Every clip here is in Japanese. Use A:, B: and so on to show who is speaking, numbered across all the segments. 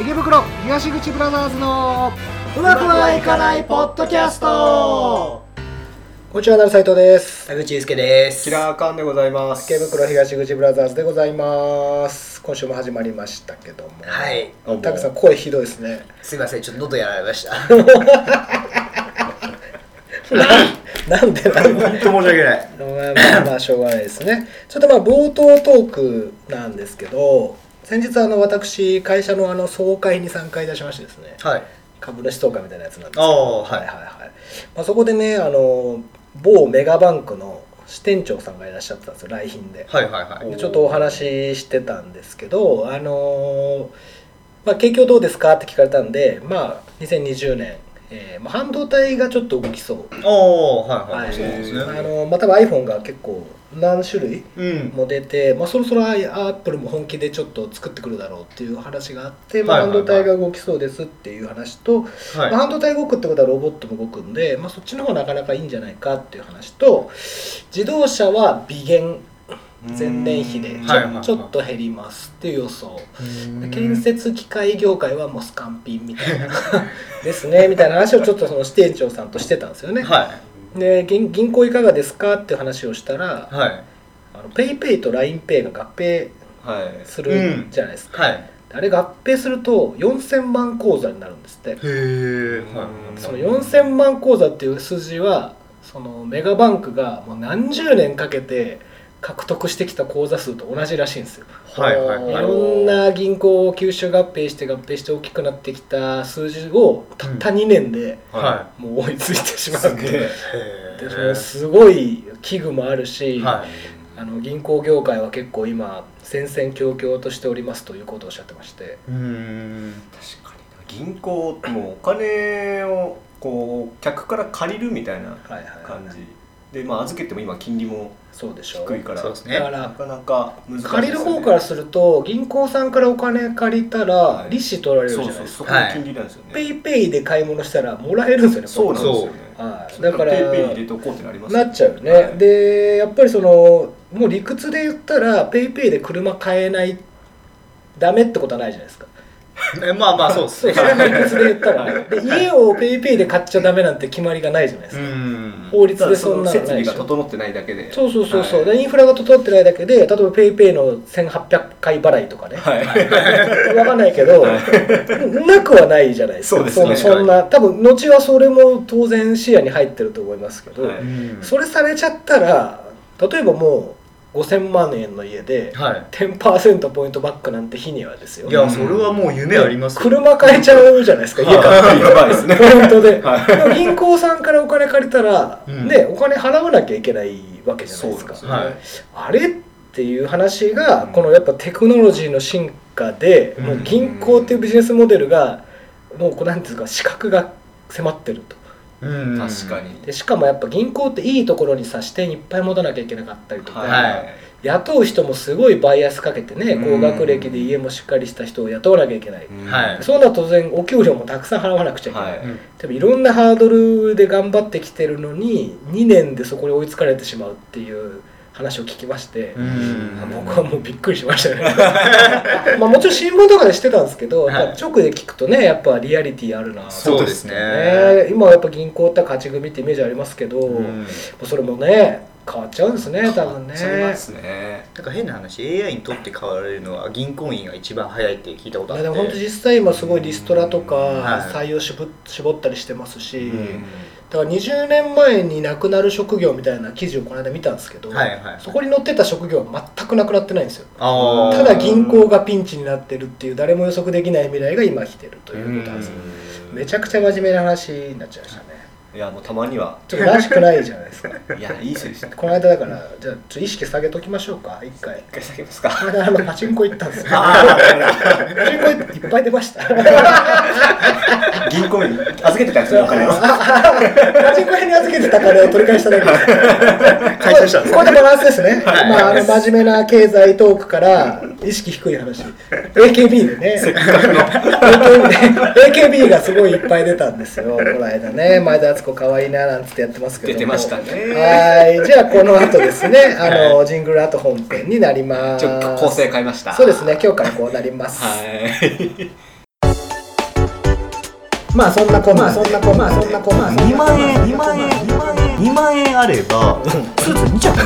A: 池袋東口ブラザーズの
B: うまくはいかないポッドキャスト
A: こんにちはなる斉藤です
B: 田口祐介です
C: キラーカンでございます。
A: 池袋東口ブラザーズでございます今週も始まりましたけども
B: はい
A: たくさん声ひどいですね
B: すいませんちょっと喉やられました
A: なんでなんで
B: 本当申し訳ない
A: まあまあまあしょうがないですねちょっとまあ冒頭トークなんですけど先日あの私会社のあの総会に参加いたしましてですね
B: はい
A: 株主総会みたいなやつなんですけ
B: あ
A: ど
B: あ
A: はい
B: は
A: はい
B: い
A: はい、まあ、そこでねあの某メガバンクの支店長さんがいらっしゃったんですよ来賓で
B: はいはいはい
A: でちょっとお話ししてたんですけどあのーまあ景況どうですかって聞かれたんでまあ2020年、えーまあ、半導体がちょっと動きそう、
B: おおはい
A: は
B: はいいそうですね
A: あのーまあ、多分 iPhone が結構何種類
B: うん
A: も出て、まあ、そろそろアップルも本気でちょっと作ってくるだろうっていう話があって、まあ、
B: はいはい
A: 半
B: は
A: 導
B: い
A: 体が動きそうですっていう話と、まあ、
B: は
A: 半導体動くってことはロボットも動くんで、まあ、そっちの方がなかなかいいんじゃないかっていう話と自動車は微減前年比でちょ,、
B: はいはいはい
A: ちょっと減りますっていう予想で
B: い
A: 建設機械業界はもうスカンピンみたいな ですねみたいな話をちょっとその支店長さんとしてたんですよね、
B: は
A: で銀銀行いかがですかっていう話をしたら
B: いはい
A: あのペイペイと LINEPay が合併
C: はい。
A: す
B: う
A: る
B: ん
A: じゃないですか、
B: はい
A: あれ合併すると4000万口座になるんですって
B: へえ
A: その4000万口座っていう数字はそのメガバンクがもう何十年かけて獲得してきた口座数と同じらしいんですよ。
B: はいはい
A: い
B: はい
A: ろんな銀行を吸収合併して合併して大きくなってきた数字をたった2年で
B: は
A: もう追いついてしまう
C: す
A: って
C: げ
A: いう
B: い
C: え。
B: へ
A: でそ
B: ー
A: れすごい危惧もあるし、
B: は
A: あの銀行業界は結構今戦々恐々としておりますということをおっしゃってまして。
B: いうーん
C: 確かにな銀行もお金をこう客から借りるみたいな
A: はいはい
C: 感じで、まあ預けても今金利も
A: そうでしょう
C: 低いから、
B: そうです
A: だか
B: ね
A: ら
C: なかなか難しいですね。
A: 借りる方からすると銀行さんからお金借りたら
C: い
A: 利子取られるじゃな
C: そう
A: い
C: そ
A: で
C: う
A: す
C: そ
A: か
C: こが金利なんですよ
A: ペ
C: ね。
A: イペイで買い物したらもらえるんですよね
C: そうなん
A: これ
C: ですよ
A: そう
C: ね。
A: はいだから
C: ペイペイに入れておこうってなります
A: な
C: よ
A: っちゃうよね、
C: はい
A: でやっぱりそのもう理屈で言ったらペイペイで車買えないダメってことはないじゃない ですか
B: えまあまあそうです
A: そう
B: ね
A: それの理屈で言ったらねで家をペイペイで買っちゃダメなんて決まりがないじゃないで
B: う
A: すか、
B: ん
A: 法律でそんな
C: ただ設
A: のない
C: 備
A: で
C: が
A: しょ
C: 整ってないだけで。
A: そうそうそうそう、
C: はい
A: でインフラが整ってないだけで例えばペイペイの1800回払いとかね、
C: はい。
A: わかんないけど、
C: は
A: なくはないじゃないですか。
C: そうです
A: そ
C: ね
A: のそんな、多分、後はそれも当然視野に入ってると思いますけど、
C: はい
B: うん
A: それされちゃったら、例えばもう5000万円の家で、
B: は
A: 10%ポイントバックなんて日にはですよ。
B: いいやそれはもう夢ありますよ
A: 車買えちゃうじゃないですか、家買っ
C: はいやばいですね
A: て。。ポイントで。
C: は
A: でも銀行さんからお金借りたら、
B: うん
A: ね、お金払わなきゃいけないわけじゃないですか。
C: そう
B: は
C: なん
B: い
C: です
A: あれっていう話が、
C: うん
A: このやっぱテクノロジーの進化で、
B: うん
A: もう銀行っていうビジネスモデルがもうこうなんていうんですか資格が迫ってると
B: うん
C: 確かに。
A: でしかもやっぱ銀行っていいところにさ支店いっぱい持たなきゃいけなかったりとか、
B: はい
A: 雇う人もすごいバイアスかけてね
C: う
A: 高
C: ん
A: 学歴で家もしっかりした人を雇わなきゃいけない、
C: うん
B: はい
A: そうなると当然お給料もたくさん払わなくちゃいけない、
C: はい
B: うん
A: でもいろんなハードルで頑張ってきてるのに2年でそこに追いつかれてしまうっていう話を聞きまして、
B: うん
A: あ僕はもうびっくりしましたねまあもちろん新聞とかでしてたんですけど、
B: はい
A: やっぱ直で聞くとねやっぱリアリティあるなと
B: そうですね
A: ね今はやっぱ銀行って勝ち組ってイメージありますけど、
B: う
A: も
B: ん
A: うそれもね変わっちゃうんですね多分ね
C: そうますね。
B: なんか変な話 AI にとって変わられるのは銀行員が一番早いって聞いたことあ
A: ま
B: っ
A: あ
B: て
A: でも本当実際今すごいリストラとか
C: うん
B: はい
A: 採用絞絞ったりしてますし、
B: ん
A: だから20年前になくなる職業みたいな記事をこの間見たんですけど、
B: はいはい
A: そこに載ってた職業は全くなくなってないんですよ
B: あー
A: ただ銀行がピンチになってるっていう誰も予測できない未来が今来てるということなんですよめちゃくちゃ真面目な話になっちゃいましたね
C: いやもうたまには
A: ちょっとらしくないじゃないですか
C: いやいい選手一
A: この間だからじゃあちょっと意識下げときましょうか一回
C: 回下げますか
A: この間あのパチンコ行ったん ですよパチンコいっぱい出ました
C: 銀行に預けてたんですよお金を
A: パチンコ屋に預けてた金を取り返しただけです
B: 解消したんです
A: これでバランスですね、
B: はい
A: まあ、あの真面目な経済トークから意識低い話 AKB でね AKB, で AKB がすごいいっぱい出たんですよこの間ね前田敦子可愛いななんつってやってますけど
C: 出
A: も
C: てましたね
A: はいじゃあこの後ですねあの、
C: は
A: ジングル後本編になります
C: ちょっと構成変えました
A: そうですね今日からこうなります、
C: はい
A: まあそんなこんなそんなこんなそんなこんな
B: 2万円2万円2万円2万円あればスーツ2着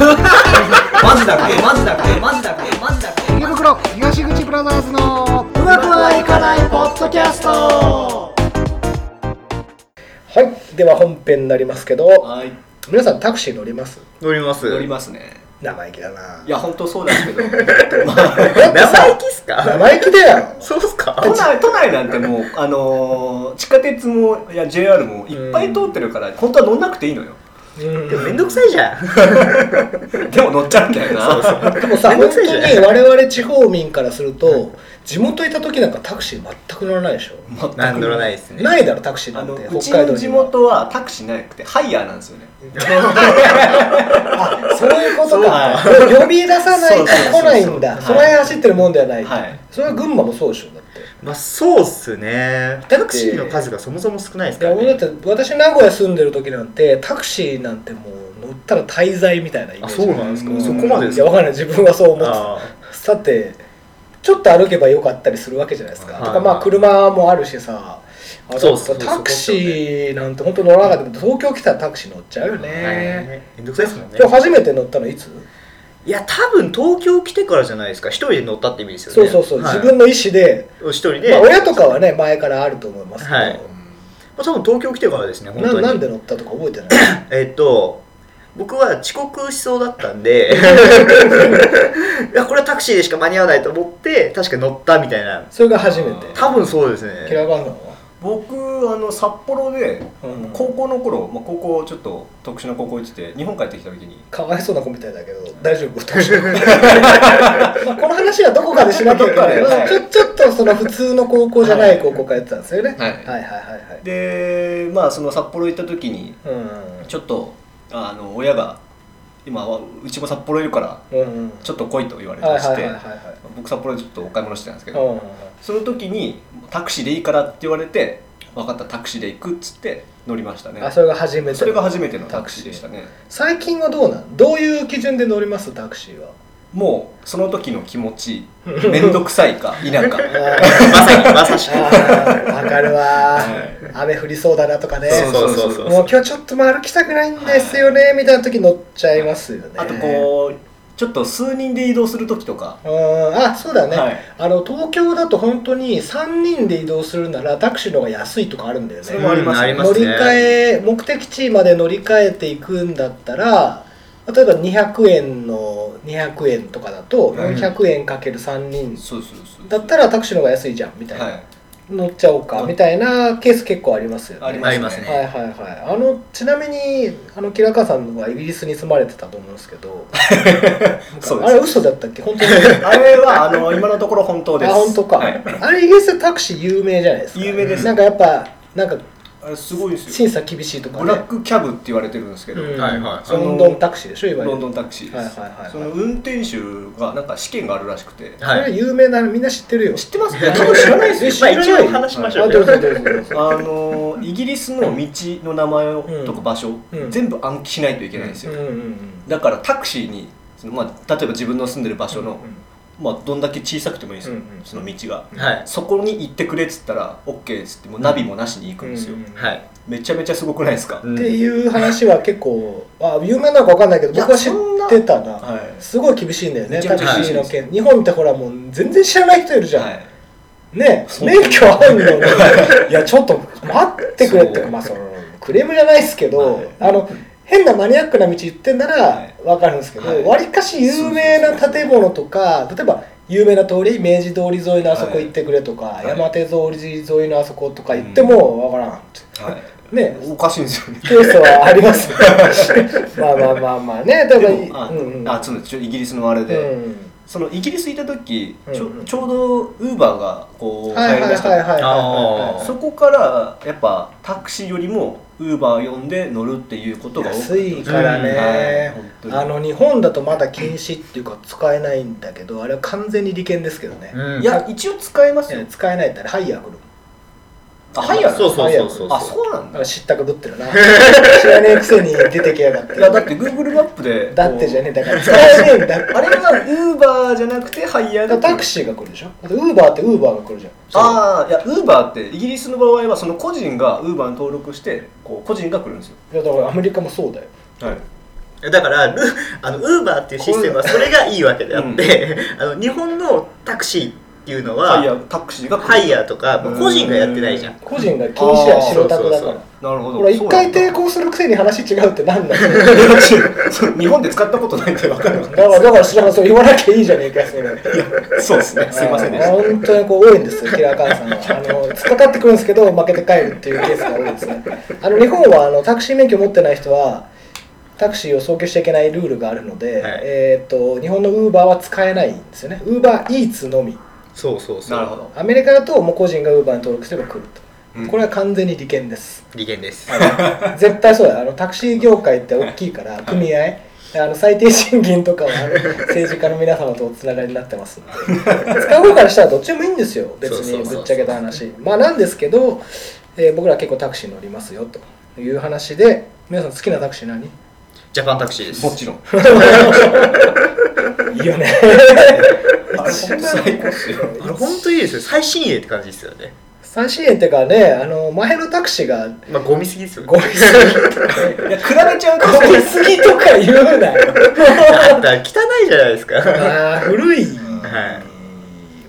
C: マジだっけマジだっけマジだっけマジだっけ
A: 池袋東口ブラザーズのうまくはいかないポッドキャストはいでは本編になりますけど
C: はい
A: 皆さんタクシー乗ります
B: 乗ります
C: 乗りますね
A: 生意気だない
C: や本当そうですけど ま
A: だ
C: あ
A: ってさ
B: 生意気っすか
A: 生意気だよ
B: そうっすか
C: 都内都内なんてもう、あのー地下鉄もいや JR もいっぱい通ってるから、本当は乗んなくていいのよ
A: うん
B: でもめんどくさいじゃん
C: でも乗っちゃうんだよな
A: でもさ
B: めんど
A: 本
B: くさ
A: 当
B: いじゃん
A: に我々地方民からすると地元いた時なんかタクシー全く乗らないでしょ
C: 全く
B: なん乗らないですね
A: ないだろタクシー
C: あ
A: なん
C: の
A: て
C: うち
A: 北海道
C: の
A: に
C: 地
A: は
C: 元はタクシーなくてハイヤーなんですよね
A: あそういうことか
C: そ
A: 呼び出さないと来ないんだ
C: そ
A: そう
C: そうそうそう
A: の辺走ってるもんではない、
C: はい
A: それは群馬もそうでしょだって
B: まあそうっすねタクシーの数がそもそも少ないです
A: い
B: か
A: や
B: ら
A: 俺だ
B: ね
A: って私名古屋住んでる時なんてタクシーなんてもう乗ったら滞在みたいなイメー
B: あ
A: ジ
B: そうなんです
C: う
B: か
C: ん
B: そこまでで
A: い
B: す
A: や
B: か
A: わかんない自分はそう思って
B: あ
A: たさてちょっと歩けばよかったりするわけじゃないですか、
B: はい
A: とかまあ車もあるしさあ
B: そうそうそう
A: タクシーなんて本当乗らなかったけど東京来たらタクシー乗っちゃうよ
B: ー
A: ね、
B: はいめんどくさいですもんね
A: 今日初めて乗ったのいつ、
B: いや多分東京来てからじゃないですか一人で乗ったって意味ですよ
A: そう
B: ね
A: そうそう、
B: はい
A: 自分の意思で
B: 一人で、
A: まあ、親とかはね前からあると思いますけど、
B: はいまあ多分東京来てからですね本
A: な
B: 当に
A: なんで乗ったとか覚えて ない
B: えっと僕は遅刻しそうだったんでいやこれはタクシーでしか間に合わないと思って確か乗ったみたいな
A: それが初めて
B: 多分そうです
A: キラ
B: ね
A: ーガンさんは、
C: 僕あの札幌で
A: うん
C: 高校の頃、まあ、高校ちょっと特殊な高校行ってて日本帰ってきた時に
A: かわいそうな子みたいだけど大丈夫 まあこの話はどこかでしなきゃいけないけど
C: どこかで
A: ちょちょっとその普通の高校じゃない高校通ってたんですよね、
C: はい
A: はいはいはいはい
C: でまあその札幌行った時に
A: うん
C: ちょっとあの親が今はうちも札幌いるから
A: うん
C: ちょっと来いと言われて
A: はい
C: ま
A: はいはい
C: して、
A: はいは
C: 僕札幌でちょっとお買い物してたんですけ
A: い
C: ど、
A: うん
C: その時にタクシーでいいからって言われて分かったタクシーで行くっつって乗りましたね
A: あそれが初めて
C: それが初めてのタクシーでしたね
A: 最近はどうなんどういう基準で乗りますタクシ ーは
C: もうその時の気持ち面倒くさい か否か、
A: あ
C: は
A: ー
B: まさにまさしく
A: あーわかるわー、
C: い
A: 雨降りそうだなとかね
B: そうそうそうそう
A: もう今日ちょっともう歩きたくないんですよね、みたいな時乗っちゃいますよね
C: あとこうちょっと数人で移動する時とか、
A: ううんあそうだね、
C: はい
A: あの東京だと本当に3人で移動するならタクシーの方が安いとかあるんだよ
C: それもあ
A: ね
C: りますね
B: うんあります
A: 乗り
B: ね
A: 換え目的地まで乗り換えていくんだったら例えば200円の200円とかだと
C: はい
A: 400円かける3人
C: そうそうそう
A: だったらタクシーの方が安いじゃんみたいな、
C: はい
A: 乗っちゃおうかみたいなケース結構ありますよね
C: あり
B: あり
C: ま
B: ますす
C: ね
B: ね
A: はいはいはい、あのちなみにあのキラカさんはイギリスに住まれてたと思うんですけど
C: そうで
A: あ
C: す
A: れ嘘だったっけ本当に
C: あれはあの今のところ本当です
A: あ本当か、
C: はい
A: あれイギリスでタクシー有名じゃないですか
C: 有名です
A: なんかやっぱなんか
C: あれすごいですよ
A: 審査厳しいとか
C: ブラックキャブって言われてるんですけど、
A: うん
B: はいはい
A: そのロンドンタクシーでしょいわゆ
C: ロン
A: る
C: ドンタクシーです、
A: はいはいはいはい
C: その運転手がなんか試験があるらしくて
A: それは有名なのみんな知ってるよ
C: 知ってます
B: いや多
A: 分知らないですよ
B: まあ一応話しましょ
A: あ
B: う
A: ど
B: よ
A: うぞどうぞどう
C: あ
A: ぞ
C: のイギリスの道の名前をとか場所、
A: うん
C: 全部暗記しないといけないんです
A: うん
C: よ、
A: うんうん
C: だからタクシーにその、まあ、例えば自分の住んでる場所の、
A: う
C: まあ、どんだけ小さくてもいいんです
A: う
C: よ、
A: んうん
C: その道が、
B: はい
C: そこに行ってくれっつったら OK っつってもうナビもなしに行くんですよ、
A: うう
B: はい
C: めちゃめちゃすごくないですか、
B: うん
A: っていう話は結構あ有名なのか分かんないけど僕は知ってたな
C: はい
A: すごい厳しいんだよね
C: めち
A: タ
C: ゃ
A: ク
C: め
A: シ
C: ちゃ厳し
A: ー
C: い
A: の
C: です
A: 件日本ってほらもう全然知らない人いるじゃん、
C: はい
A: ね
C: そう
A: 免許あるの にいやちょっと待ってくれって
C: そう
A: まあそのクレームじゃないですけど、
C: はい
A: あの変なマニアックな道行ってんな
C: は
A: ら
C: い
A: 分かるんですけど
C: はい
A: わり、かし有名な建物とか例えば有名な通り明治通り沿いのあそこ行ってくれとか、
C: い
A: 山手通り沿いのあそことか行っても分からんって、
C: はい
A: ね
C: おかしいんですよね
A: ケースはありますね まあまあまあまあねだから
C: でもあ、
A: うんうん
C: あちょっとちょイギリスのあれで、
A: うん
C: そのイギリス行った時ちょ,、
A: うんうん
C: ちょうどウーバーがこう流
A: は
C: 行
A: いは
C: り
A: い
C: ま
A: はい
C: し
A: はい
C: た
A: はい
B: あー
C: そこからやっぱタクシーよりもウーバー呼んで乗るっていうことが多くなって
A: 安いからね、
C: うんは
A: あ
C: い
A: の日本だとまだ禁止っていうか使えないんだけどあれは完全に利権ですけどね、
B: うん
C: いや一応使えますよ
A: え使えないってあれハイヤー来る
C: あハイヤーなの
B: そうそうそうそう
C: あそうなんだ
A: なんか知ったかぶって るな知らねえくせに出てきやがって
C: いやだって Google マップで
A: だってじゃね
C: ね
A: えだから使えねえんだ
C: あれは Uber じゃなくてハイヤー
A: だからタ
C: だ
A: クシーが来るでしょあとウーバーってウーバーが来るじゃん
C: ああいや Uber ってイギリスの場合はその個人が Uber に登録してこう個人が来るんですよ
A: いやだからアメリカもそうだよ
C: はい
B: だからルあのウーバーっていうシステムはそれがいいわけであって、あの日本のタクシーっていうの
C: ハイヤ
B: は
C: ータクシーが来る
B: ハイヤーとかもう個人がやってないじゃん
A: 個人が禁止や白タクだか
B: あーそうそう
A: ら
C: なるほど
A: ほら一回
C: そうな
A: 抵
C: ん
A: 抗するくせに話違うってなん なんだよ
C: だ そう日本で使ったことないって分かるわ
A: だからだから知らんそう言わなきゃいいじゃねえかよそれ
C: そうですねすいませんでした
A: あー本当にこう多いんですよ、キラーカーさんは。あの、突っかかってくるんですけど、負けて帰るっていうケースが多いですね。あの、日本はあのタクシー免許持ってない人は、タクシーを送迎しちゃいけないルールがあるので、
B: はい
A: えっと、日本のウーバーは使えないんですよね。ウーバーイーツのみ。
B: そうそうそう
C: なるほど
A: アメリカだと、もう個人がウーバーに登録すれば来ると。
C: うん
A: これは完全に利権です。
B: 利権です
A: 絶対そうだよあのタクシー業界って大きいから組合あの最低賃金とかはあの政治家の皆様とおつながりになってますんで使う方からしたらどっちでもいいんですよ別
B: そうそう
A: に
B: そうそう
A: ぶっちゃけた話まあなんですけど、えー僕ら結構タクシー乗りますよという話で皆さん好きなタクシー何い
B: ジャパンタクシーです
C: もちろん
A: いよね
C: あれ本当最高っすよ
B: あれ本当いいですよ最新鋭って感じですよね
A: 最新鋭っていうかねあの前のタクシーが
B: まあゴミすぎですよね
A: ゴミす
C: いや比べちゃうと
A: ぎゴミすぎとか言うなよ
B: だったら汚いじゃないですか
A: あー 古い
B: は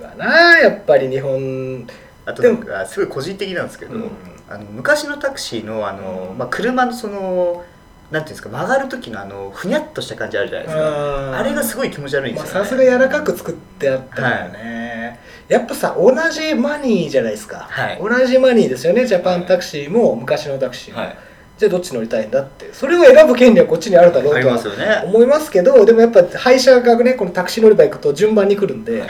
A: わなやっぱり日本
B: あとなんかすごい個人的なんですけど、
A: うん
B: あの昔のタクシーのあの、まあ、車のそのなんていうんですか曲がる時のあのふにゃっとした感じあるじゃないですか
A: あ
B: あれがす
A: い
B: ごい気持ち悪いんですよ、ね
A: さすが柔らかく作ってあったからね、やっぱさ同じマニーじゃないですか、
B: はい
A: 同じマニーですよねジャパンタクシーも昔のタクシーも、
C: はい
A: じゃあどっち乗りたいんだってそれを選ぶ権利はこっちにあるだろ
B: あ
A: う
B: り
A: と
B: ます
A: は
B: よね
A: 思いますけどでもやっぱ配車がねこのタクシー乗り場行くと順番に来るんで、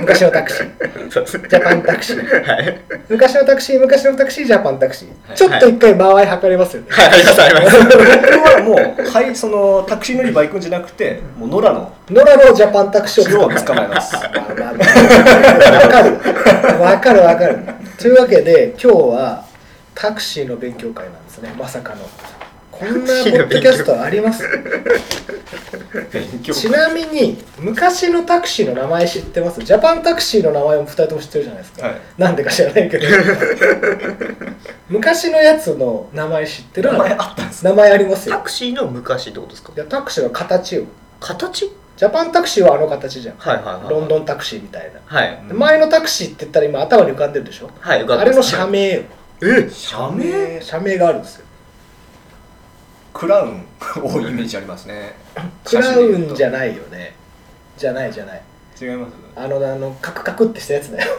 A: 昔のタクシー
B: そうですね
A: ジャパンタクシー
B: はい
A: 昔のタクシー昔のタクシージャパンタクシー、
C: はい
A: ちょっと一回間合い測れますよね、
B: はいありますあります
C: これはもう、はい、そのタクシー乗り場行くんじゃなくて、もう野良の
A: 野良のジャパンタクシーを
C: 城
A: 使
C: を
A: う
C: 捕まえます。
A: わかるわかるわかるというわけで今日はタクシーの勉強会なんですねまさかのこんなポッドキャストあります
C: 勉強
A: ちなみに昔のタクシーの名前知ってますジャパンタクシーの名前も2人とも知ってるじゃないですか、
C: はい
A: なんでか知らないけ ど昔のやつの名前知ってる
C: 名前あったんですね。
A: 名前あります
B: タ
A: よ
B: クシーの昔ってことですか
A: いやタクシーの形を
B: 形
A: ジャパンタクシーはあの形じゃん
B: はいはいはい
A: ロンド
B: ン
A: ンタクシーみたいな
B: はい
A: で前のタクシーって言ったら今頭に浮かんでるでしょ
B: はい
A: あれの社名よ
B: え
C: 社
A: えー社名があるんですよ
C: クラウン多いイメージありますね。
A: クラウンじゃ
C: な
A: ないよねじゃないじゃない
C: 違います。
A: あのあのカクカクってしたやつだよ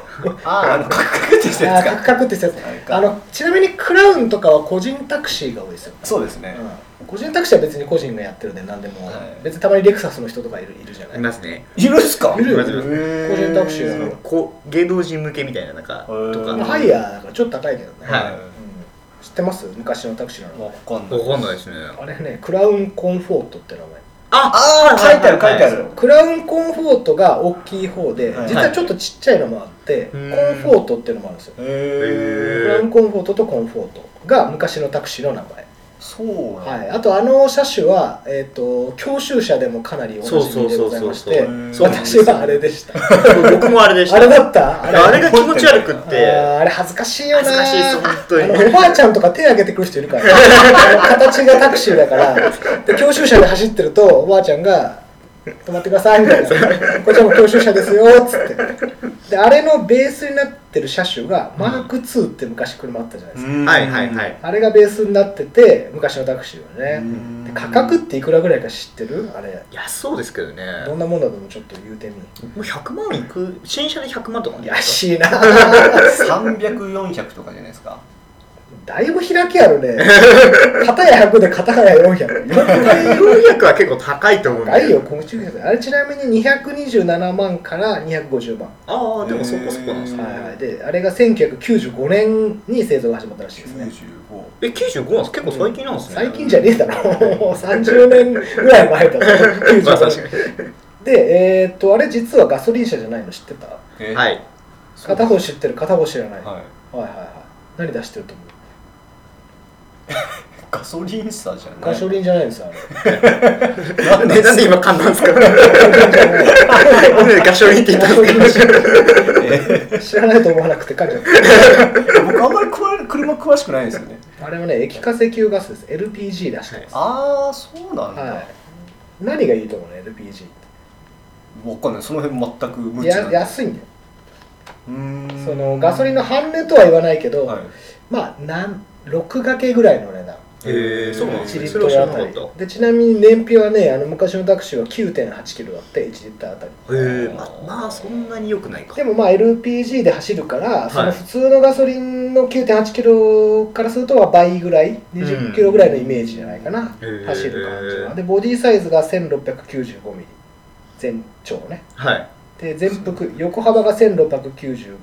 C: あー、あのカクカクってした
A: あ
C: や
A: ー
C: つ
A: カク
C: か。
A: カクってしたやつ
C: あれか
A: あのちなみにクラウンとかは個人タクシーが多いですよ、
C: そうですね。
A: うん個人タクシーは別に個人がやってるんで何でも、
C: はい
A: 別にたまにレクサスの人とかいるいるじゃない
B: いますね
C: いるんすか。
A: いるよ
B: いますいます
C: へー
A: 個人タクシーだろ
B: こう芸能人向けみたいななんか
C: へー
B: とか
A: まあ
C: は
A: ハイヤーだからちょっと高いけどね、
B: はい
A: うん知ってます昔のタクシーなの
C: わかんない。
B: わかんないですね
A: あれねクラウンコンフォートって名前
C: ああ、書いてある、書いてある。
A: クラウンコンフォートが大きい方で、
C: はい
A: 実はちょっとちっちゃいのもあって、
B: うん
A: コンフォートっていうのもあるんですよ、
B: へ
A: ク
C: へ
B: ー
C: え。
A: ラウンコンフォートとコンフォートが昔のタクシーの名前、
C: そうなんだ。
A: はい、あとあの車種は、えー、と教習車でもかなりおなじみでございまし
B: そう
A: て
C: そうそうそう
B: うん
A: 私はあれでした
B: 僕もあれでした
A: あれだった
B: あれ
A: あ
B: が気持ち悪くっ
A: れ
B: て
A: あーあれ恥ずかしいよ
B: 恥
A: な
B: ずかしいです本当に
A: あのおばあちゃんとか手挙げてくる人いる からあの形がタクシーだからで教習車で走ってるとおばあちゃんが「止まってください」みたいな「こっちらも教習車ですよ」っつってであれのベースになってる車種がマーク2って昔車あったじゃないですか、
C: うん
B: はいはいはい。
A: あれがベースになってて昔のタクシーはね、
C: うん
A: で価格っていくらぐらいか知ってるあれ
B: 安そうですけどね
A: どんなもんだと思うちょっと言うてみ
B: もう100万いく新車で100万とかい
A: 安いな
C: 300、400とかじゃないですか。
A: だいぶ開きあ るね片や100で片や400
B: 400は結構高いと思うんだ
A: 高いよ、高級です。あれちなみに227万から250万。
B: ああでもそこそこなんです
C: へ
B: ね
C: ー
A: はいはい。で、あれが1995年に製造が始まったらしいですね。
C: 95。
B: え95なんです結構最近なんですね
A: 最近じゃねえだろ。もう30年ぐらい前だろ。95
B: まあ確か
A: で、えーっと、あれ実はガソリン車じゃないの知ってた
C: え
B: にはい
C: そう
A: 片方知ってる、片方知らない。はい
C: は
A: はいはい。何出してると思う
C: ガソリン車じゃない
A: ガソリンじゃないですあれ
B: なんでなんで今噛んだんです かなんでガソリンって言ったんですか
C: え
A: 知らないと思わなくて書いちゃっ
C: ー僕あんまり詳車詳しくないんですよね
A: たあれはね液化石油ガスです LPG らしいです、は
C: ああそうなん
A: い
C: だ、
A: 何がいいと思うね LPG っ
C: わかんないその辺全く無
A: て
C: 知
A: や
C: なんだ
A: 安いんだよ
C: うーん
A: そのガソリンの半値とは言わないけど、
C: はい
A: まあなん6掛けぐらいの値段
B: へー
C: そうなんです
A: 1
C: ね
A: リッ
B: そ
A: ト
B: れは知ら
A: ルあ
B: な
A: た
B: か
A: り
B: った
A: でちなみに燃費はねあの昔のタクシーは9.8キロだって1リッターあたり
B: へえままあそんなに良くないか
A: でもまあ LPG で走るから、そ
B: はい
A: の普通のガソリンの9.8キロからするとは倍ぐらい20キロぐらいのイメージじゃないかな、
B: へー
A: 走る感じはでボディサイズが1695ミリ全長ね
B: はい
A: で全幅横幅が1695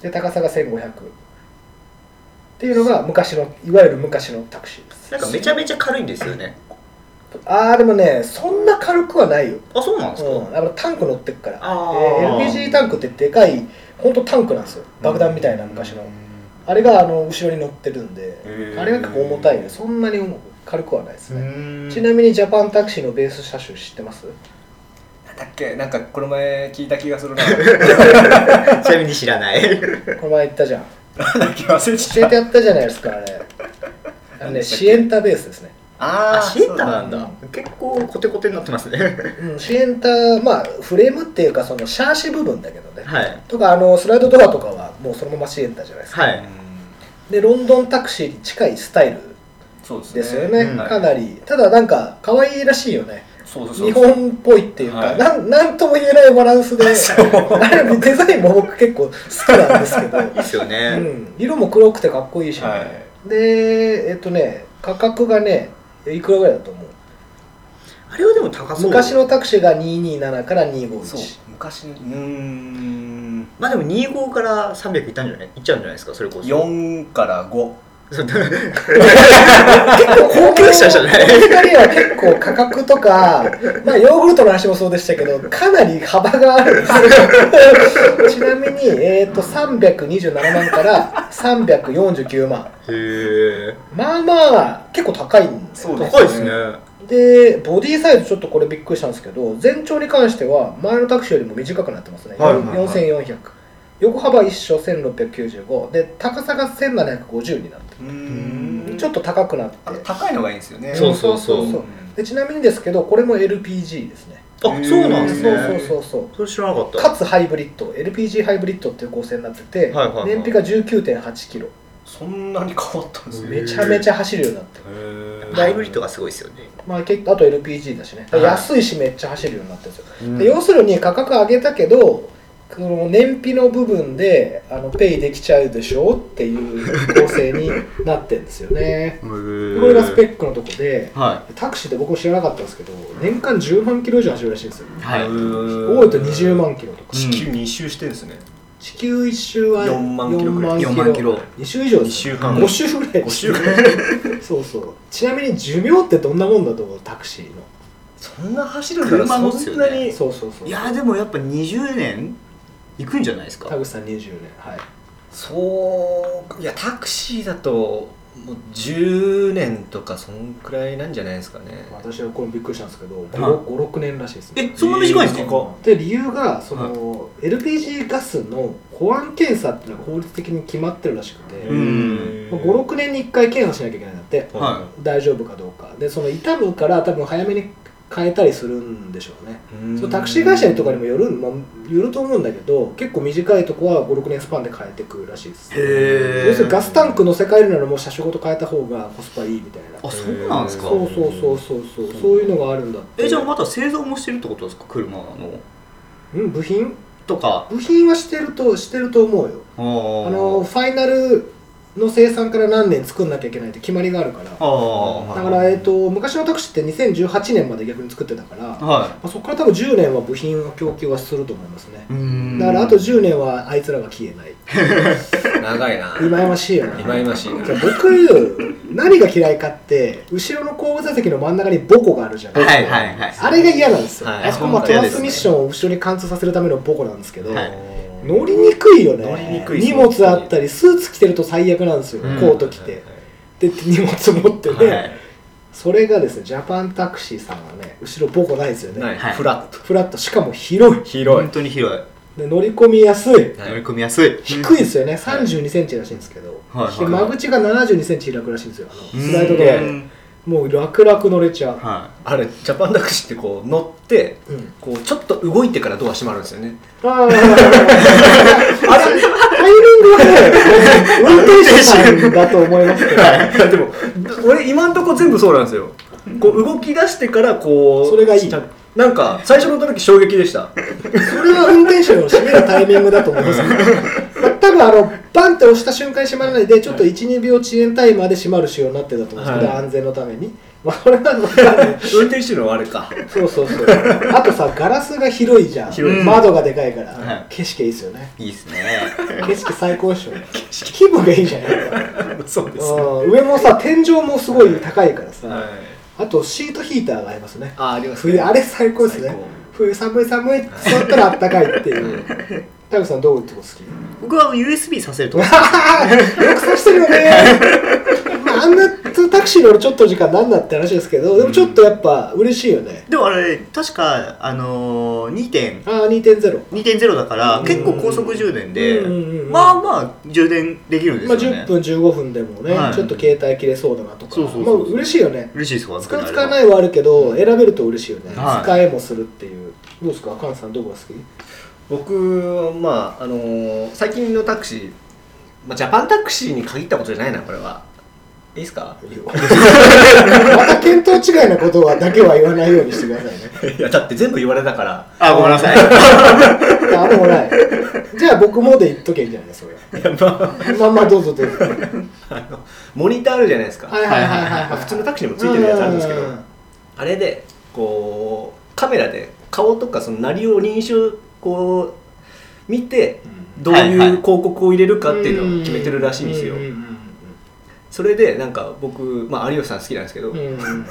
A: で高さが1500っていうのが昔のいわゆる昔のタクシーです
B: なんかめちゃめちゃ軽いんですよね
A: ああでもねそんな軽くはないよ
B: あそうなんですか、
A: うん、あのタンク乗ってくから、え
B: あ
A: ー
B: ー
A: LPG タンクってでかい本当タンクなんですよ爆弾みたいな昔の、あれがあの後ろに乗ってるんで、
C: へー
A: あれが結構重たいねそんなに重軽くはないです
B: う
A: ね、
B: ーん
A: ちなみにジャパンタクシーのベース車種知っ てます
C: なんだっけなんかこの前聞いた気がするな
B: ちなみに知らない
A: この前言ったじゃん
C: なんだっけ忘れち
A: 教
C: ゃ
A: え
C: って
A: やったじゃないですかあれあのねシエンタベースですね、
C: たあ
B: あ
C: ー
B: シエンタなん
A: そう
B: だ
A: なん
B: 結構コテコテになってますね
A: うん、シエンタまあフレームっていうかそのシャーシ部分だけどね、
B: はい
A: とかあのスライドドアとかはもうそのままシエンタじゃないですか、
B: は
C: そうだう
B: い
C: ん
A: でロンドンタクシーに近いスタイル
C: そうですね
A: ですよね、
B: うん
A: かなりただなんか可愛いらしいよね
C: そうそうそう
A: 日本っぽいっていうか、
C: はい
A: なんなんとも言えないバランスであれデザインも僕結構好きなんですけど、
B: いいっすよね、
A: うん、色も黒くてかっこいいし、
C: はい
A: でえっとね価格がねいくらぐらいだと思う
B: あれはでも高そう
A: 昔のタクシーが227から251
C: そう昔のうーん
B: まあでも25から300いったんじゃないいっちゃうんじゃないですかそれこそ
C: 4から5
B: そう
A: 結構
B: 高級車じゃない
A: この二人は結構価格とか、まあ、ヨーグルトの話もそうでしたけどかなり幅があるんですよちなみに、えー、と327万から349万
B: へ え
A: まあまあ結構高いんです
C: そう
B: 高いですね
A: でボディサイズちょっとこれびっくりしたんですけど全長に関しては前のタクシーよりも短くなってますね、
B: はいはいはい
A: 4400横幅一緒1695で高さが1750になって
C: う
A: る
C: ん
A: ちょっと高くなって
C: あと高いのがいいんですよね
B: そうそうそう
A: そうでちなみにですけどこれも LPG ですね
B: あそうなんですね
A: そうそうそうそう
B: それ知らなかった
A: かつハイブリッド LPG ハイブリッドっていう構成になってて、
B: はいはいはい
A: 燃費が19.8キロ
C: そんなに変わったんですね
A: めちゃめちゃ走るようになってる、
B: ハイブリッドがすごいですよね
A: まあ、結構あと LPG だしね
B: はい
A: 安いしめっちゃ走るようになってるんですよ、
B: うん
A: で要するに価格上げたけどその燃費の部分であのペイできちゃうでしょっていう構成になってるんですよね
B: こ
A: これがスペックのとこで
B: は
A: タクシーって僕も知らなかったんですけど年間10万キロ以上走るらしいんですよ
B: いはい
A: 多いと20万キロとか、
C: 地球2周してるんですね
A: 地球一周は
C: 4万キロぐらい
B: 4万キロ
A: 2周以上です、ね、
C: 2週間
A: 5周ぐらい
C: 5周
A: そうそうちなみに寿命ってどんなもんだと思うタクシーの
C: そんな走る
B: 車乗っすよね
A: そうそうそう
B: いやーでもやっぱ20年いくんじゃないですか
A: 田口さん20年はい
C: そういやタクシーだともう10年とかそんくらいなんじゃないですかね
A: 私はこれびっくりしたんですけど56年らしいですね
B: えそんな短いんですか
A: で理由がその、LPG ガスの保安検査っていうのが法律的に決まってるらしくて、
B: ん
A: まあ56年に1回検査しなきゃいけないんだって
B: は
A: 大丈夫かどうかでその痛むから多分早めに変えたりするんでしょうねそうタクシー会社にとかにもよる,、まあ、よると思うんだけど結構短いとこは56年スパンで変えてくるらしいです
B: へー
A: 要するにガスタンク乗せ替えるならもう車種ごと変えた方がコスパいいみたいな
B: あそうなんですか
A: そうそうそうそうそうそういうのがあるんだって
B: えじゃあまた製造もしてるってことですか車の
A: うん部品
B: とか
A: 部品はしてるとしてると思うよ
B: あ
A: あの
B: の
A: ファイナルの生産から何年作んなきゃいけないって決まりがあるから
B: ああ
A: だから、えっと昔のタクシーって2018年まで逆に作ってたから、ま
B: は
A: あ、そこから多分10年は部品を供給はすると思いますね
B: いうん
A: だからあと10年はあいつらが消えない
C: 長いな
A: 忌々しいよ
C: 忌々
A: ね
C: しい
A: じゃあ僕何が嫌いかって後ろの後部座席の真ん中にボコがあるじゃない、
B: はいはいはい
A: あれが嫌なんですよ、
C: はい
A: あそこま
B: 本
A: あ
B: 当
A: ト
B: 嫌
A: ラ
B: です
A: ンスミッションを後ろに貫通させるためのボコなんですけど、
B: はい
A: 乗りにくいよね
C: 乗りにくい
A: 荷物あったりスーツ着てると最悪なんですよ、
B: うん
A: コート着て、で荷物持って
C: は
A: ね、
C: いはいはい
A: それがですねジャパンタクシーさんはね後ろボコないですよね
C: ない
B: はい
C: フラット
A: フラットしかも 広い
C: 広い
B: 本当に広い
A: で乗り込みやすい
C: はい
B: 乗り込みやすい
A: 低いですよね、3 2センチらしいんですけど、
B: はいはい
A: で間口が7 2ンチ開くらしいんですよあの
B: うん
A: スライドドア
C: う
A: で
C: ん
A: もう楽々乗れちゃう、
B: は
C: あれジャパンタクシーってこう乗って
A: うん、
C: こうちょっと動いてからドア閉まるんですよね
A: あー あれタイミングはね運転手さんだと思いますけど
C: でも俺今んとこ全部そうなんですよこう動き出してからこう
A: それがいい
C: したなんか最初の時衝撃でした
A: それは運転手の閉めるタイミングだと思 います、まあ多分あのバンって押した瞬間に閉まらないでちょっと12秒遅延タイマーで閉まる仕様になってたと思うんですけど、
C: はい
A: 安全のために、まあ、これはまあ
C: 運転手のあれか
A: そうそうそうあとさガラスが広いじゃん
C: 広
B: い
A: 窓がでかいから、
B: はい
A: 景色いいですよね
B: いいいですね
A: 景色最高でしょ気分がいいじゃない
C: そうですね
A: うん上もさ天井もすごい高いからさ、
C: はい
A: あとシートヒーターがありますね
C: あありますね
A: 冬あれ最高ですね
C: 最高
A: 冬寒い寒い座ったらあったかいっていう田口さんどういうとこ好き
B: 僕は USB さ せると思う
A: よくさしてるよね、まあ、あんなタクシー乗るちょっと時間なんだって話ですけどでもちょっとやっぱ嬉しいよね、
B: でもあれ確かあのー、2点
A: ああ2.0
B: 2.0だから
C: うん
B: 結構高速充電で
A: うんうんうんうん
B: まあまあ充電できるんです
A: まあ、
B: よね
A: 10分15分でもね、
B: はい
A: ちょっと携帯切れそうだなとか
B: そうそうそうそう
A: まあ、嬉しいよね
B: 嬉しいですわ
A: 使う
B: 僕
A: 使
B: らは
A: わないはあるけど選べると嬉しいよね、
B: はい
A: 使えもするっていうどうですかカンさんどこが好き
C: 僕はまああのー最近のタクシー、まあ、ジャパンタクシーに限ったことじゃないなこれはいいですか
A: また見当違いなことはだけは言わないようにしてくださいね
C: いやだって全部言われたから
B: あごめんな さい
A: あれもないじゃあ僕もで言っとけんじゃないそれ
C: いやま
A: まあまあどうぞどうぞはい
C: ああのモニターあるじゃないですか、
A: はいはいはい、
C: ま
A: は
C: あ
A: い、
C: 普通のタクシーにもついてるやつあるんですけど
A: う
C: あれでこうカメラで顔とかそのなりを認証こう見てどういう
B: はいはい
C: 広告を入れるかっていうのを決めてるらしいんですよ
A: うんうん
C: それでなんか僕、まあ、有吉さん好きなんですけど、
A: うんうんうん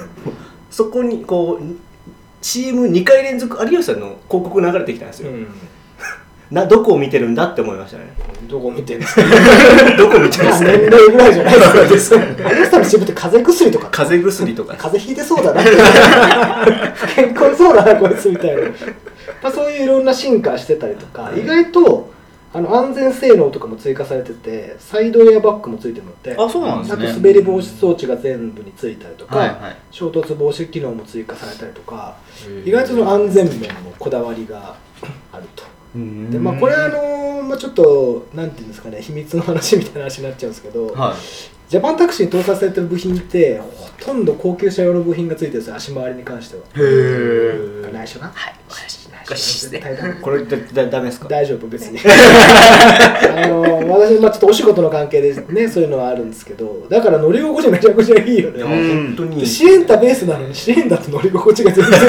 C: そこにこう CM2 回連続有吉さんの広告流れてきたんですよ、などこを見てるんだって思いましたね
A: どこ見てるんですか
C: どこ見てるんで
A: まあ
C: す
A: 年齢
C: か
A: ぐらいじゃないですか
C: ですか
A: あの人の仕事風邪薬とか
C: 風邪薬とか
A: 風邪ひいてそうだな不健康そうだなこいつみたいな、まあ、そういういろんな進化してたりとか意外とあの安全性能とかも追加されててサイドエアバッグもついてるので
B: あそうなんです
A: あと
B: ね
A: 滑り防止装置が全部についたりとか、
B: はいはい
A: 衝突防止機能も追加されたりとか意外とその安全面のこだわりがあると。でまあ、これはあのまあ、ちょっとなんていうんですかね秘密の話みたいな話になっちゃうんですけど、
B: はい
A: ジャパンタクシーに搭載されてる部品ってほとんど高級車用の部品が付いてるんですよ足回りに関しては
B: へえ
A: 内緒な
B: はいおかしいおかしいですね
A: 絶対ダメ
C: これだだダメですか
A: 大丈夫 別にあの私、まあ、ちょっとお仕事の関係でねそういうのはあるんですけどだから乗り心地めちゃくちゃいいよ
C: いや
A: ね
B: うん
C: 本当に
A: でシエンタベースなのにシエンタと乗り心地が全然違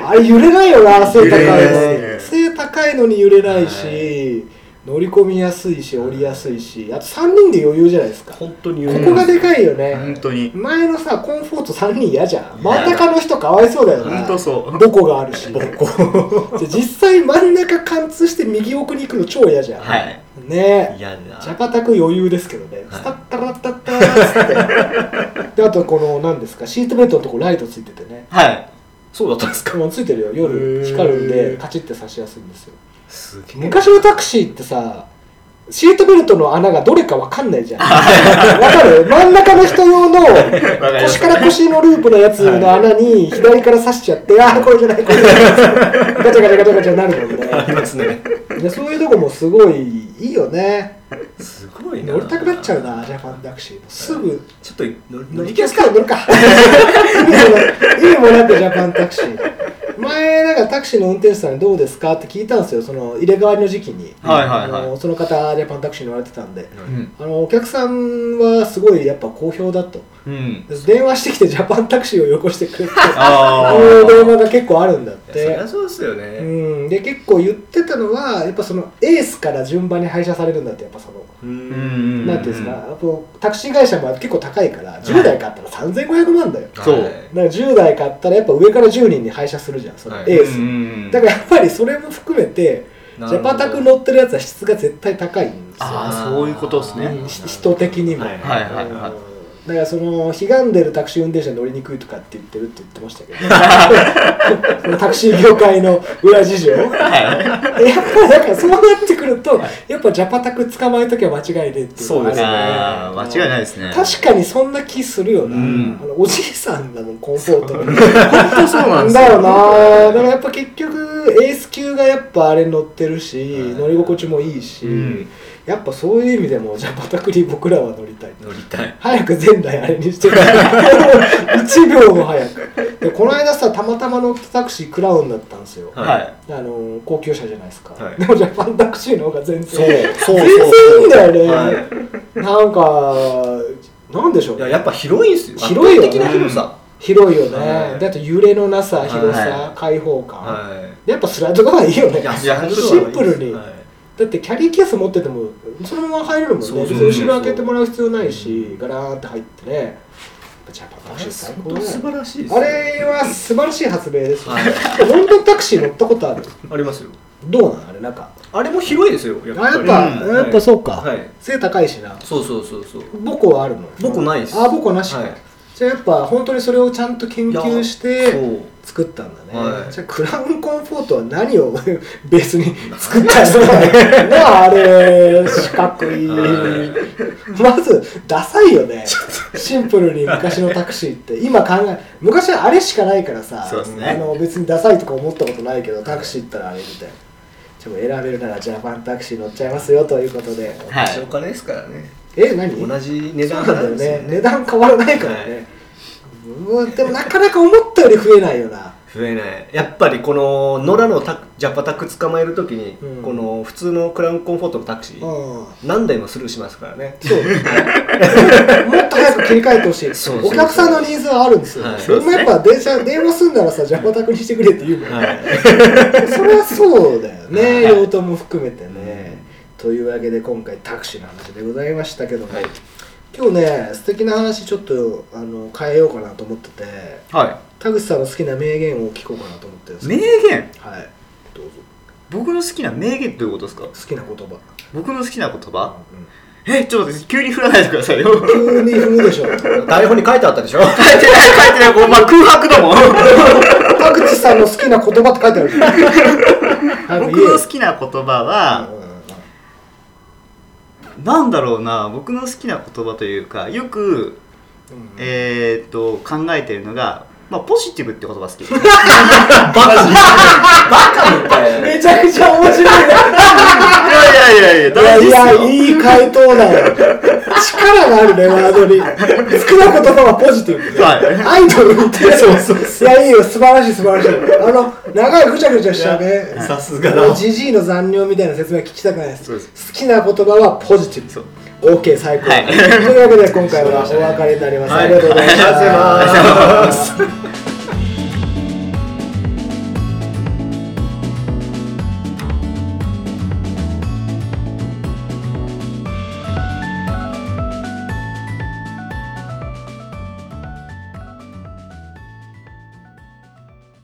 A: うあれ揺れないよな背高い
B: 揺れない
A: の
B: で
A: に
B: す
A: 背高いのに揺れないし、
C: は
A: 乗り込みやすいし降りやすいしあと3人で余裕じゃないですかこ
C: 本当に
A: こがでかいよね、
B: 本当に
A: 前のさコンフォート3人嫌じゃん真ん中の人かわいそうだよな
B: 本当そう
A: ボコがあるしじゃあ実際真ん中貫通して右奥に行くの超嫌じゃん、
B: はい
A: ねえ
C: 嫌だ
A: ジャパタク余裕ですけどね、
C: はい
A: スタッタラッタッターっつってであとこの何ですかシートベルトのとこライトついててね
B: はい
C: そうだったんですか
A: もうついてるよ
C: へ
A: 夜
C: ー
A: 光るんでカチッて差しやすいんですよ
C: すげえ
A: 昔のタクシーってさシートベルトの穴がどれかわかんないじゃんわか る真ん中の人用の
B: わかりま
A: 腰
B: す
A: から腰のループのやつの穴に左から刺しちゃって、ああこれじゃないこれじゃないガチャガチャガチャガチャなるもん
C: あり
A: ね
C: ますね
A: でそういうとこもすごいいいよね
C: すごいな
A: 乗りたくなっちゃうなジャパンタクシーもすぐ
C: ちょっと乗り
A: 乗
C: 乗
A: り
C: り
A: 気
C: 気
A: で
C: ですす
A: か乗るか意味もなくジャパンタクシー前なんかタクシーの運転手さんにどうですかって聞いたんですよその入れ替わりの時期に
B: はいはいはい
A: あのその方ジャパンタクシーに乗られてたんで
B: うん
A: あのお客さんはすごいやっぱ好評だと
B: うん
A: で電話してきてジャパンタクシーをよこしてくれって
B: あ
A: こういう電話が結構あるんだっ
C: いやそり
A: て
C: ゃそうですよ
A: う
C: ね
A: んで結構言ってたのはやっぱそのエースから順番に配車されるんだってやっぱその
B: う
C: う
B: んん
A: なんていうんですかやっぱタクシー会社も結構高いから10台買ったら3500万だよだか
B: そう
A: ら10台買ったらやっぱ上から10人に配車するじゃんその
C: はい
A: エース
B: うん
A: だからやっぱりそれも含めて
C: なるほど
A: ジャパタク乗ってるやつは質が絶対高いんですよ
B: あーそういうことっすね
A: うんし人的にも、
C: はい
B: はいはいはい
A: だからその悲願でるタクシー運転手は乗りにくいとかって言ってるって言ってましたけど そのタクシー業界の裏事情やっぱ
B: は
A: なんかそうなってくるとやっぱジャパタク捕まえときは間違いでっていうの
C: そう
A: が
C: で
B: い
C: すね
B: あー間違いないですね
A: 確かにそんな気するよな、
B: うん
A: あのおじいさんだもんコンフォート 本
B: にそうなんですよ
A: だよなだからやっぱ結局エース級がやっぱあれ乗ってるし、
C: うん
A: 乗り心地もいいし、
B: うん
A: やっぱそういう意味でもジャパタクに僕らは乗りたい
C: 乗りたい
A: 早く前代あれにしてくれ1秒も早くでこの間さたまたま乗ったタクシークラウンだったんですよ、
C: はい
B: はい
A: あの高級車じゃないですか、
C: はい
A: でもジャパンタクシーの方が全然
C: そうそうそう
A: 全然いいんだよね、
C: はい
A: なんかなんでしょう
C: いややっぱ広いんすよ
A: 広いよね
C: 圧倒的な広さ、
A: 広いよね、
C: はい
A: だって揺れのなさ広さ、
B: は
A: 開放感、
C: は
A: やっぱスライドとかいいよね
C: い
B: いや本当
A: シンプルに
C: はい
A: だってキャリーケース持っててもそのまま入れるもんね
C: そうそう
B: そうそう
A: 別に後ろ開けてもらう必要ないしガラーンって入ってねやっぱジャパンタ
C: あ
A: ク
C: れ
A: シー最高だ
C: 本当
A: よ
C: 素晴らしいです
A: あれは素晴らしい発明ですよ、
C: はい
A: ロンドンタクシー乗ったことある
C: ありますよ
A: どうなんあれなんか
C: あれも広いですよや
A: あやっぱ、
C: うん
A: やっぱそうか、
C: はい
A: 背高いしな
C: そうそうそうそう
A: 母校はあるの
C: 僕ないです
A: あ母校なしか、
C: はい
A: じゃあやっぱ本当にそれをちゃんと研究して
C: そう
A: 作ったんだね、
C: はい
A: じゃあクラウンコンフォートは何をベース に作ったんですかねなああれ四角いまずダサいよねシンプルに昔のタクシーって今考え昔はあれしかないからさ
B: そうですね
A: あの別にダサいとか思ったことないけどタクシー行ったらあれみたいなちょっと選べるならジャパンタクシー乗っちゃいますよということで
B: はい
C: お金ですからね
A: え何
C: 同じ値
A: そう
C: 段
A: な
C: なん
A: だ
C: んです
A: よ
C: よ
A: ね
C: ね
A: 値段変わらないから
C: は
A: ね、うわでもなかなか思ったより増えないよな
C: 増えないやっぱりこの野良のタクジャパタク捕まえるときに、
A: うん
C: この普通のクラウンコンフォートのタクシー、
A: うん
C: 何台もスルーしますからね
A: そうも っと早く切り替えてほしい
C: そうそう
A: お客さんのニーズはあるんですよ、
C: はい
A: それもやっぱ電車電話すんならさジャパタクにしてくれって言うもん、
C: はい
A: それはそうだよね、
C: はい
A: 用途も含めてね、というわけで今回タクシーの話でございましたけども、
C: はい
A: 今日ね素敵な話ちょっとあの変えようかなと思ってて
B: は
A: 田口さんの好きな名言を聞こうかなと思ってるんで
B: い名
A: すけど
B: 言
A: はいどうぞ
B: 僕の好きな名言どういうことですか
A: 好きな言葉
B: 僕の好きな言葉えちょっと待って急に振らないでくださいよ書いて
A: 急に振るでしょ
C: 台本に書いてあったでしょ
B: ない書いてないお前空白だもん
A: 田口さんの好きな言葉って書いてあるじゃん早 く
B: 僕
A: 言えよ
B: の好きな言葉はなんだろうな僕の好きな言葉というかよくえーっと考えてるのがまあポジティブって言葉好きですね
A: めちゃくちゃ面白
B: いやいやいやいや大
A: い
B: 事っす
A: ね。いやいや、
B: よ
A: いい回答だよ。力があるね、ワードに。好きな言葉はポジティブ。
B: はい
A: アイドルみたいな。そうそういや、いいよ、素晴らしい、素晴らしい。あの、長いぐちゃぐちゃしたね。
C: さすがだ
A: じじいの残尿みたいな説明は聞きたくないです。
B: そうです
A: 好きな言葉はポジティ
B: そう
A: ブ。OK、最高。
B: はい
A: というわけで、今回はお別れになります。
C: はい
A: ありがとうございました。
C: ありがとうございます